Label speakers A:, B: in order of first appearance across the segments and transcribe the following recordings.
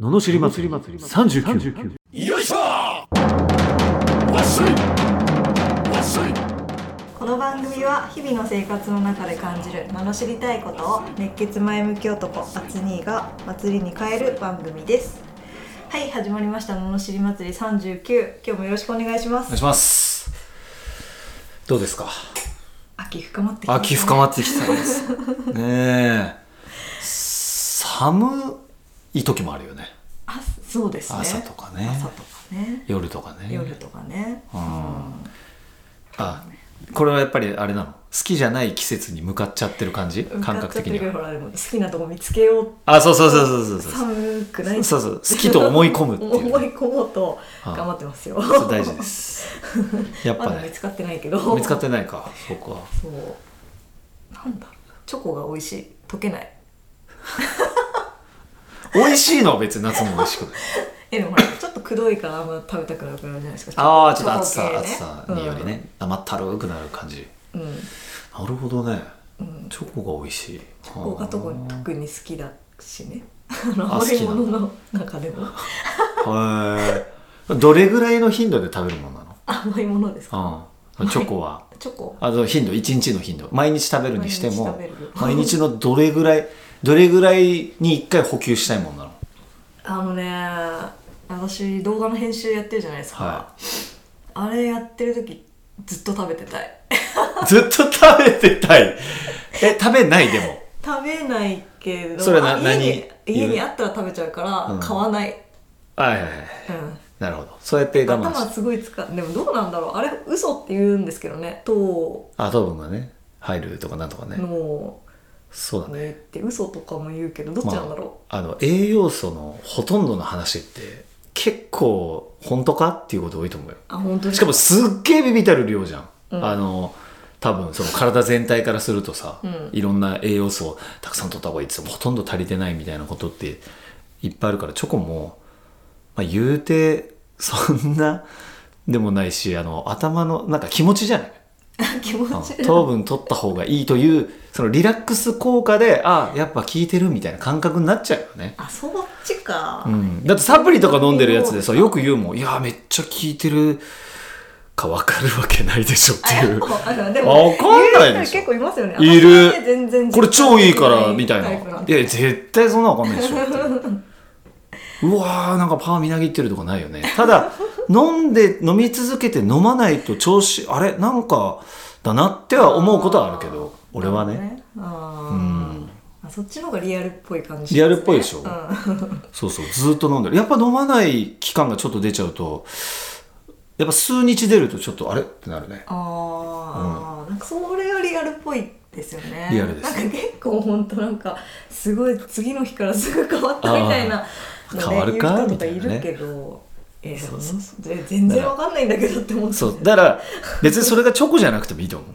A: ののしり祭り39
B: よいしょわっしょいわっしょい
C: この番組は日々の生活の中で感じる罵りたいことを熱血前向き男アツニーが祭りに変える番組ですはい始まりました罵り祭り39今日もよろしくお願いしま
B: お
C: す
B: 願いしますどうですか
C: 秋深まってきましたね
B: 秋深まってきたんです ねえ寒い時もあるよね
C: あそうですね
B: 朝とかね
C: 朝とかね
B: 夜とかね
C: 夜とかね
B: うんあこれはやっぱりあれなの好きじゃない季節に向かっちゃってる感じ感覚的には
C: 向かっちゃってるけどほらでも好きなとこ見つけよう
B: あそうそうそうそうそうそう
C: 寒くない
B: そうそう好きと思い込むっていうね
C: 思い込もうと
B: はい
C: 頑張ってますよ、
B: そう大事ですやっ
C: ま
B: ぱ
C: だ見
B: ね
C: つかってないけど
B: 見つかってないかそこは
C: そうなんだチョコが美味しい溶けない
B: 美味しいのは別に夏も美味しくない
C: えでもほらちょっとくどいからあんま食べたくなくなるじゃないですか
B: ああちょっと暑
C: チョコ
B: さ、
C: 系ね
B: 暑さによりね甘ったるくなる感じ
C: うん、うん
B: なるほどね
C: うん
B: チョコが美味しいチョ
C: 他とこ特に好きだしね あ
B: あ
C: の
B: 好
C: 甘
B: き
C: い
B: な
C: も
B: の
C: のの中でも
B: へえどれぐらいの頻度で食べるものな
C: 甘いものですか
B: のうんチョコは
C: チョコ
B: あの頻度一日の頻度毎日食べるにしても
C: 毎日食べる
B: 毎日のどれぐらいどれぐらいに一回補給したいもんなの
C: あのね私動画の編集やってるじゃないですか、
B: は
C: あれやってる時ずっと食べてたい
B: いずっと食べてたいえ食べないでも
C: 食べないけど
B: それな
C: あ家に
B: 何
C: 家にあったら食べちゃうから、
B: うん
C: 買わない、
B: はいはいはい
C: うん、
B: なるほどそうやって我慢
C: 頭
B: して
C: すごい使うでもどうなんだろうあれ嘘って言うんですけどね糖
B: あ糖分がね入るとかなんとかね、
C: の
B: そうだね
C: ねって嘘とかも言うけどどっちなんだろ
B: あの栄養素のほとんどの話って結構本当かっていうこと多いと思うよ
C: う、あ本当に
B: しかもすっげえビビたる量じゃん、
C: うん
B: あの多分その体全体からするとさ、
C: うん
B: いろんな栄養素をたくさん取った方がいいって言ってもほとんど足りてないみたいなことっていっぱいあるからチョコも、まあ、言うてそんなでもないしあの頭のなんか気持ちじゃない
C: 気持ち
B: うん糖分取った方がいいというそのリラックス効果であやっぱ効いてるみたいな感覚になっちゃうよね、
C: あそっちか、
B: うん、だってサプリとか飲んでるやつでさよく言うもんいやーめっちゃ効いてるか分かるわけないでしょって
C: あ
B: い
C: や
B: う
C: っぱあで
B: あわかんない
C: 言う
B: でし
C: 人
B: ょ
C: 結構いますよね
B: いる
C: 私ね全然
B: これ超いいからみたい
C: タ
B: な
C: イプん
B: い
C: て
B: や絶対そんなわかんないでしょっていううわーなんかパーみなぎってるとかないよねただ飲んで飲み続けて飲まないと調子あれなんかだなっては思うことはあるけど俺はね
C: あ
B: う
C: ー
B: ん
C: あそっちの方がリアルっぽい感じです、
B: リアルっぽいでしょ
C: うん、
B: そうそう、ずっと飲んでる。やっぱ飲まない期間がちょっと出ちゃうと、やっぱ数日出るとちょっとあれってなるね。
C: ああ、なんかそれがリアルっぽいですよね
B: リアルです
C: なんか結構ほんとなんかすごい次の日からすぐ変わったみたいな
B: あー変わるか
C: 言う人とかい
B: みたいなね
C: るけど、えー
B: そうそう
C: で全然わかんないんだけどって思って
B: そう、だから別にそれがチョコじゃなくてもいいと 思う。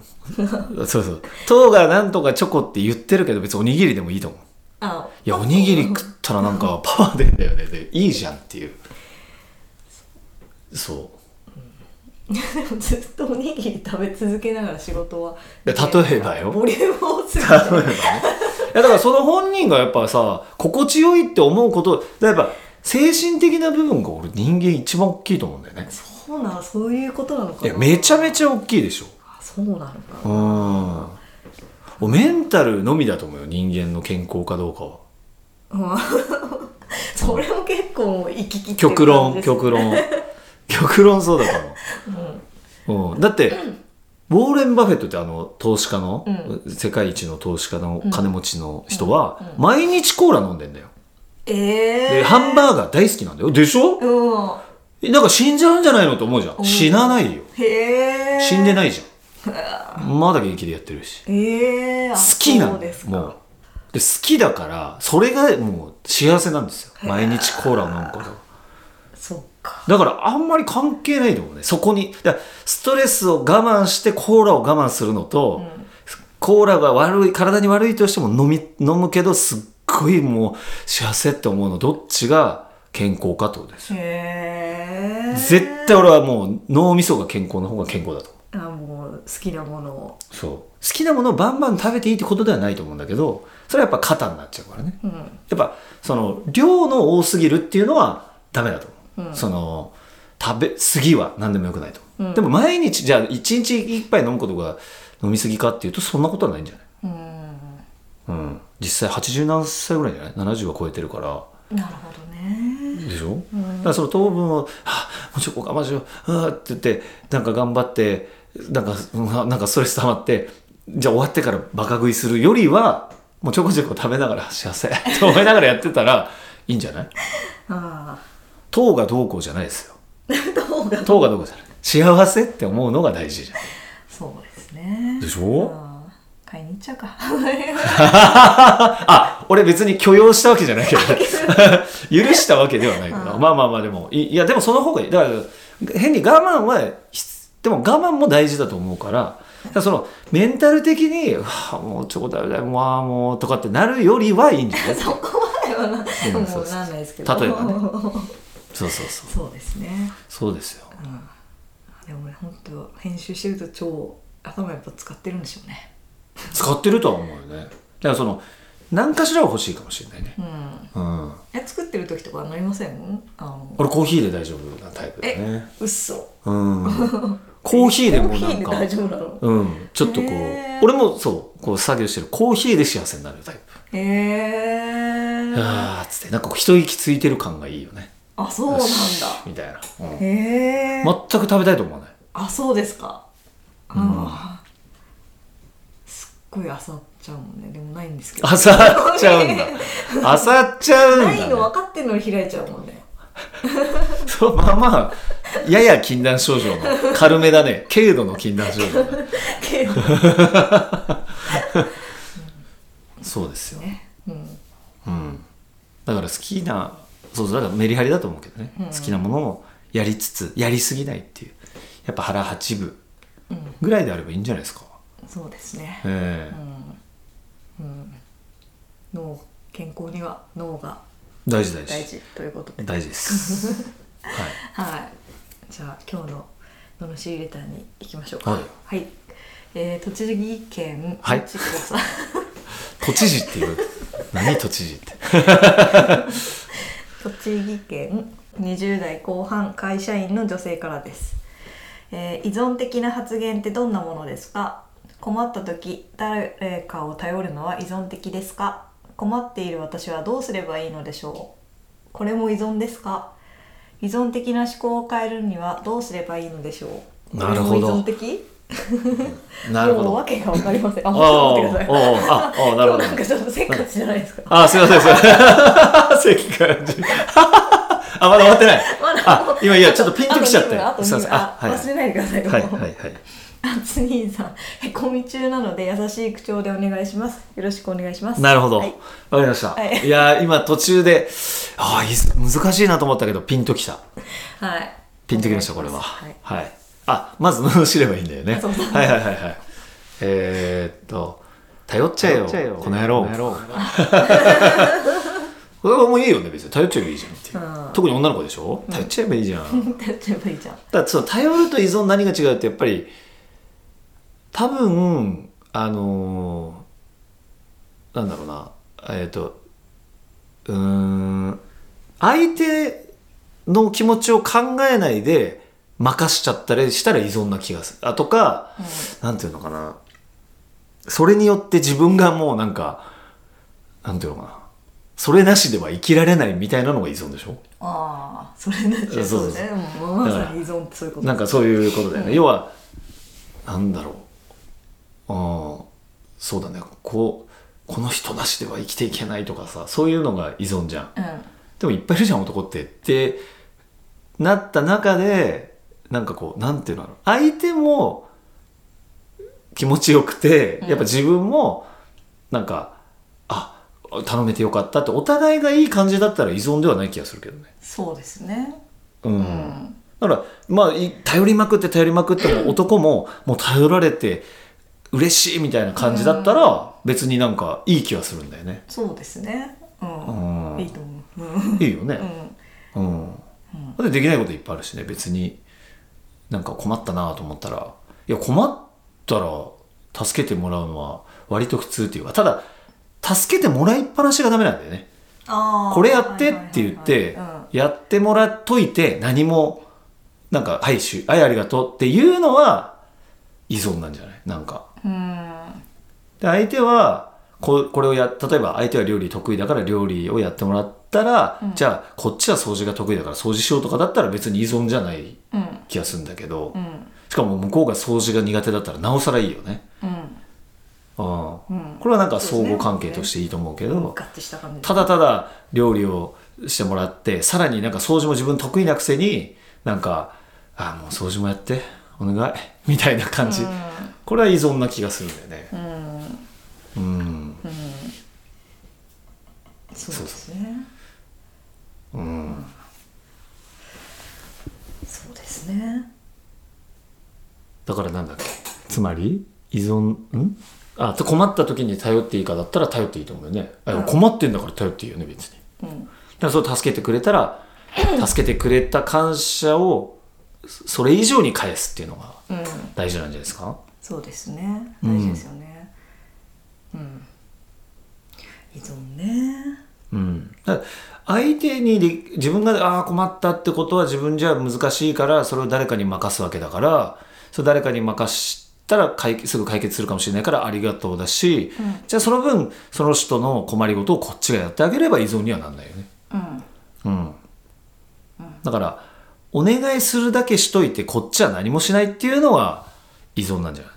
B: そうそう。糖がなんとかチョコって言ってるけど別におにぎりでもいいと思う。
C: あ
B: いや、おにぎり食ったらなんかパワー出んだよね。で、いいじゃんっていう。そう。
C: で もずっとおにぎり食べ続けながら仕事はい
B: や例えばよ
C: ボリューム をすぎて
B: 例えばね。いやだからその本人がやっぱさ、心地よいって思うこと、だからやっぱ精神的な部分が俺人間一番大きいと思うんだよね。
C: そうなのそういうことなのか
B: い
C: な
B: や、めちゃめ
C: ゃ
B: ちゃ大きいでしょ。
C: そうなのか
B: うん。もうメンタルのみだと思うよ、人間の健康かどうかは。
C: な、うん、 それも結構もう行き来
B: 極論、極論。極論そうだと
C: 論
B: 思う。うん。だって、ウォーレン・バフェットってあの投資家の、
C: う
B: 世界一の投資家の金持ちの人は、
C: うんうん
B: 毎日コーラ飲んでんだよ。
C: ええ
B: で、ハンバーガー大好きなんだよ。でしょ
C: うん
B: なんか死んじゃうんじゃないのと思うじゃ。
C: うんん
B: 死なないよ。
C: へえ
B: 死んで
C: い
B: ないじゃん。まだ元気でやってるし。
C: へえあ
B: 好きな
C: そ
B: の
C: うですか
B: もうで好きだからそれがもう幸せなんですよ
C: へー
B: 毎日コーラを飲むこと
C: そっか
B: だからあんまり関係ないと思うねそこにだからストレスを我慢してコーラを我慢するのと、コーラが悪い体に悪いとしても飲み飲むけどすっごいもう幸せって思うのどっちが健康かってことですよ
C: へえ
B: 絶対俺はもう脳みそが健康の方が健康だと思う
C: あもう好きなものを
B: そう好きなものをバンバン食べていいってことではないと思うんだけどそれはやっぱ肩になっちゃうからね
C: うん
B: やっぱその量の多すぎるっていうのはダメだと思う、
C: うん
B: その食べ過ぎは何でもよくないと思う、
C: うん
B: でも毎日じゃあ一日一杯飲むことが飲み過ぎかっていうとそんなことはないんじゃない、
C: うん
B: うん、実際80何歳ぐらいじゃない70は超えてるから
C: なるほどね
B: でしょ、
C: うん
B: だからその糖分を「はあもうちょっと我慢しよう」はあって言ってなんか頑張ってなんかうんなんかストレス溜まってじゃあ終わってからバカ食いするよりはもうちょこちょこ食べながら幸せ って思いながらやってたらいいんじゃない
C: あ
B: 糖がどうこうじゃないですよ
C: あどうが
B: 糖がどうこうじゃない幸せって思うのが大事じゃ
C: そうですね
B: んでし
C: う
B: ょ
C: ん買いに行っちゃうか
B: あ俺別に許容したわけじゃないけど 許したわけではないけど
C: うん
B: まあまあまあでもいいやでもその方がいいだから変に我慢は必でも我慢も大事だと思うからだからそのメンタル的に「うわもうちょこだよもうもう」とかってなるよりはいいんじゃない
C: そこまではな
B: うん
C: も
B: そう
C: う
B: そう
C: なんないですけど
B: 例えばねそうそうそう
C: そうですね
B: そうですよ
C: うんでも俺本当編集してると超頭やっぱ使ってるんでしょうね
B: 使ってるとは思うよねだからその何かしらは欲しいかもしれないね
C: うん
B: うん
C: え作ってる時とかなりませんあの
B: 俺コーヒーで大丈夫なタイプだね
C: 嘘
B: うん、コーヒーでもなん
C: コーヒーで大
B: か、
C: 丈夫なの
B: うん、ちょっとこう
C: へー
B: 俺もそうこう作業してるコーヒーで幸せになるタイプ、
C: へえ
B: あーっつってなんかこう一息ついてる感がいいよね
C: あそうなん
B: よ
C: だ
B: しみたいな、うん
C: へえ
B: 全く食べたいと思わない
C: あそうですか
B: ん
C: あーすっごいあさっちゃうもんねでもないんですけど
B: あさっちゃうんだあさっちゃうんだ、
C: な
B: ね
C: い、の分かってんのに開いちゃうもんね
B: そうまあまあやや禁断症状の軽めだね軽度の禁断症状だね
C: けど
B: そうですよ、
C: ね うん
B: うん、だから好きなそうだからメリハリだと思うけどね、
C: うん
B: 好きなものをやりつつやりすぎないっていうやっぱ腹八分
C: うん
B: ぐらいであればいいんじゃないですか、
C: そうですね
B: ええ
C: うんうん脳健康には脳が
B: 大事大事
C: 大事ということで
B: 大事ですはい
C: はいじゃあ今日の罵りレターに行きましょうか
B: はい
C: えー栃木県
B: はい
C: 栃木さん
B: 都知事っていう何都知事って
C: 栃木県20代後半会社員の女性からです、えー依存的な発言ってどんなものですか困った時誰かを頼るのは依存的ですか困っている私はどうすればいいのでしょうこれも依存ですか依存的な思考を変えるにはどうすればいいのでしょう
B: なるほど
C: これも依存的
B: なるほ
C: もう
B: どあ
C: 訳が分かりませんあ
B: あ
C: もうちょっと待ってください
B: あああなるほど
C: 今日なんかちょっとせっかちじゃないですか
B: あすいませんすいません 関感じあまだ終わってない
C: まだ
B: あ今いやちょっとピンときちゃって
C: あと
B: すいませ
C: 2
B: ん
C: 分
B: あ
C: あ
B: はい
C: 忘れないでください
B: はいはいはい
C: あつにーさんへこみ中なので優しい口調でお願いしますよろしくお願いします
B: なるほど。わ、
C: はい
B: かりました。
C: はい
B: い、やー、今途中で、ああ、いいっす難しいなと思ったけど、ピンときた。
C: はい
B: ピンときました、これは。
C: はい
B: はい。あ、まず、罵知ればいいんだよね。
C: そうそう
B: はいはいはいはい。えー、っと、頼っちゃえよ、この野郎。これはもういいよね、別に。頼っちゃえばいいじゃんっていう。
C: うん
B: 特に女の子でしょ頼っちゃえばいいじゃん。だ
C: やっちゃえばいいじゃん
B: からその頼ると依存何が違うって、やっぱり、多分、あのーなんだろうな、えっ、と、うーん、相手の気持ちを考えないで任しちゃったりしたら依存な気がする。あとか、なんていうのかな、それによって自分がもうなんか、なんていうのかな、それなしでは生きられないみたいなのが依存でしょ
C: ああそれなっちゃう
B: そうそう
C: ねもうまさに依存ってそういうこと
B: なんかそういうことだよね、
C: うん
B: 要はなんだろうあーそうだねこうこの人なしでは生きていけないとかさそういうのが依存じゃん
C: うん
B: でもいっぱいいるじゃん男ってってなった中でなんかこうなんていうのかな相手も気持ちよくて
C: うん
B: やっぱ自分もなんか、あ頼めてよかったってお互いがいい感じだったら依存ではない気がするけどね
C: そうですねう
B: うんだからまあい頼りまくって頼りまくっても男ももう頼られて嬉しいみたいな感じだったら別になんかいい気はするんだよね。
C: そうですね
B: う
C: うんんいいと思ううん
B: いいよ
C: う
B: ね。
C: ん
B: うんだってできないこといっぱいあるしね別になんか困ったなと思ったらいや困ったら助けてもらうのは割と普通っていうかただ助けてもらいっぱなしがダメなんだよね
C: あー
B: これやってって言っ
C: はいはい
B: て
C: はいはいうん
B: やってもらっといて何もなんか「はいしゅはいありがとう」っていうのは依存なんじゃないなんか
C: うん
B: で相手はここれをや例えば相手は料理得意だから料理をやってもらったら、
C: うん
B: じゃあこっちは掃除が得意だから掃除しようとかだったら別に依存じゃない
C: うん
B: 気がするんだけど、
C: うん
B: しかも向こうが掃除が苦手だったらなおさらいいよね、
C: うん
B: うん、
C: うん
B: これはなんか相互関係としていいと思うけど、
C: 合致した感じ
B: ただただ料理をしてもらってさらになんか掃除も自分得意なくせになんか「あもう掃除もやってお願い」みたいな感じ、これは依存な気がするんだよね
C: うんうん
B: うん
C: そうですね
B: うん
C: そうですね
B: だからなんだっけつまり依存んあと困った時に頼っていいかだったら頼っていいと思うよね、あ
C: うん
B: 困ってんだから頼っていいよね別に
C: うん
B: だからそれを助けてくれたら助けてくれた感謝をそそれ以上に返すっていうのが
C: うん
B: 大事なんじゃないですか
C: そうですね
B: うん
C: 大事ですよねうん依存ね
B: うん、だから相手にり自分がああ困ったってことは自分じゃ難しいからそれを誰かに任すわけだからそれ誰かに任したら解決すぐ解決するかもしれないからありがとうだし、
C: うん
B: じゃあその分その人の困りごとをこっちがやってあげれば依存にはなんないよね。
C: うん
B: うん、だからお願いするだけしといてこっちは何もしないっていうのは依存なんじゃない、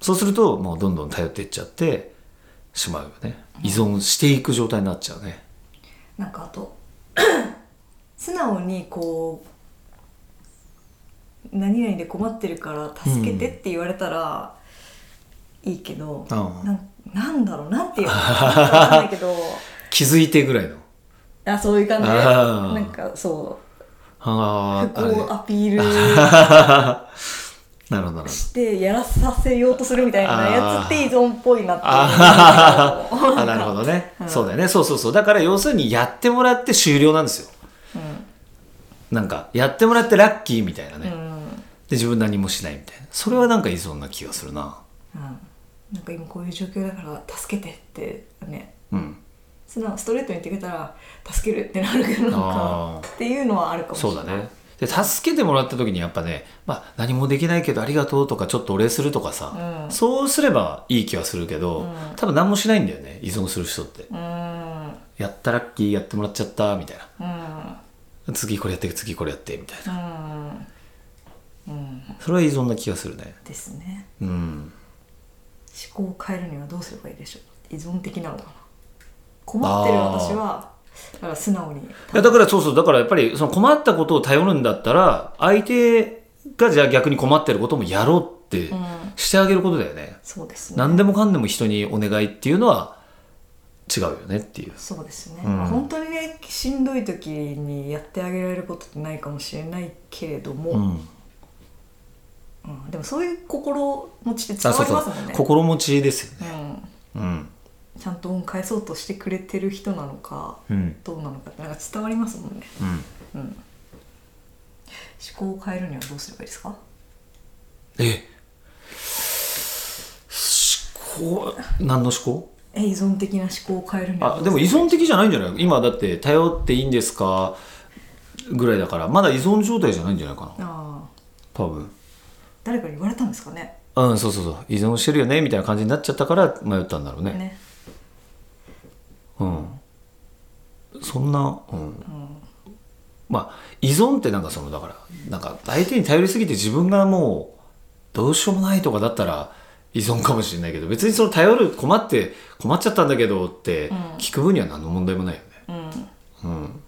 B: そうするともうどんどん頼っていっちゃってしまうよね依存していく状態になっちゃうね
C: なんかあと 素直にこう何々で困ってるから助けてって言われたらいいけど、
B: うん
C: なんなんだろうなんていうのかわかんない けど
B: 気づいてぐらいの
C: あそういう感じで
B: あー
C: なんかそう
B: あーあれ
C: こうア ピール
B: なるほどなるほど
C: してやらさせようとするみたいなやつって依存っぽいなって
B: あ
C: 思う
B: ーあなるほどね、
C: うん
B: そうだよねそうそうそうだから要するにやってもらって終了なんですよ
C: う
B: なんかやってもらってラッキーみたいなね、
C: んうん
B: で自分何もしないみたいなそれはなんか依存な気がするな
C: うんなんか今こういう状況だから助けてってね
B: うん
C: 素直ストレートに言ってくれたら助けるってなるけどなん
B: あ
C: かっていうのはあるかもし
B: そ
C: れ
B: う
C: な
B: だ
C: い
B: ねで助けてもらった時にやっぱね、まあ、何もできないけどありがとうとかちょっとお礼するとかさ、
C: うん
B: そうすればいい気はするけど、
C: うん
B: 多分何もしないんだよね依存する人って
C: うーん
B: やったラッキーやってもらっちゃったみたいな
C: うん
B: 次これやって次これやってみたいな
C: うんうん
B: それは依存な気がするね
C: ですね
B: うん
C: 思考を変えるにはどうすればいいでしょう依存的なのかな困ってる私はだから素直に
B: いやだからそうそうだからやっぱりその困ったことを頼るんだったら相手がじゃあ逆に困ってることもやろうって
C: うん
B: してあげることだよね、
C: そうですね
B: 何でもかんでも人にお願いっていうのは違うよねっていう
C: そうですね、
B: うん
C: まあ本当にねしんどい時にやってあげられることってないかもしれないけれども、
B: う
C: うん
B: ん、
C: でもそういう心持ちって
B: あ
C: 伝
B: そ
C: わ
B: う
C: り
B: そ
C: ます
B: う
C: もんね
B: 心持ちですよね
C: うん
B: うん、
C: ちゃんと恩返そうとしてくれてる人なのか
B: うん
C: どうなのかってなんか伝わりますもんね、
B: うん、
C: うん、思考を変えるにはどうすればいいですか
B: え思考何の思考
C: え依存的な思考を変えるには
B: あ
C: どう
B: でも依
C: すればいい
B: 存的じゃないんじゃない今だって頼っていいんですかぐらいだからまだ依存状態じゃないんじゃないかな
C: ああ
B: 多分
C: 誰かに言われたんですかね
B: うんそうそうそう依存してるよねみたいな感じになっちゃったから迷ったんだろうね
C: ね
B: うんそんなうんまあ依存ってなんかそのだからなんか相手に頼りすぎて自分がもうどうしようもないとかだったら依存かもしれないけど別にその頼る困って困っちゃったんだけどって
C: うん
B: 聞く分には何の問題もないよね
C: うん
B: うん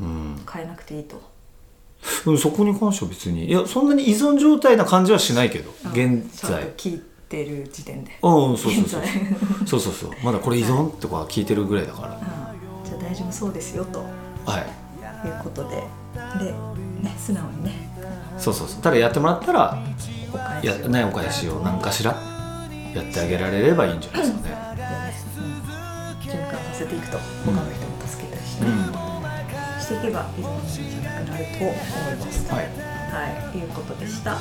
B: うん、
C: 変えなくていいと
B: うん、そこに関しては別にいやそんなに依存状態な感じはしないけど
C: あ
B: 現
C: ちゃん
B: 在
C: と聞いてる時点で
B: うんそうそう
C: 現
B: そう
C: 在
B: そうそうそうまだこれ依存とか聞いてるぐらいだから
C: ああじゃあ大丈夫そうですよと
B: はい
C: いうことでで、ね、素直にね
B: そうそうそうただやってもらったら
C: お返
B: い
C: し
B: や
C: を
B: ねお返しを何かしらやってあげられればいいんじゃないですかね
C: ね、うん、循環させていくと他の人も助けたりして、
B: う
C: ね
B: ん
C: していけばいろんなじゃなくなると思います。
B: はい
C: はい、ということでした。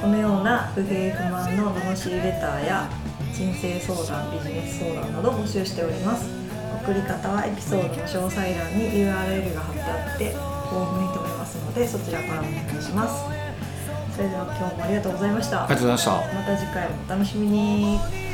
C: このような不平不満の罵りレターや人生相談、ビジネス相談など募集しております。送り方はエピソードの詳細欄に URL が貼ってあって、フォームに留めますので、そちらからお願いします。それでは今日もありがとうございました。
B: ありがとうございました
C: また次回もお楽しみに。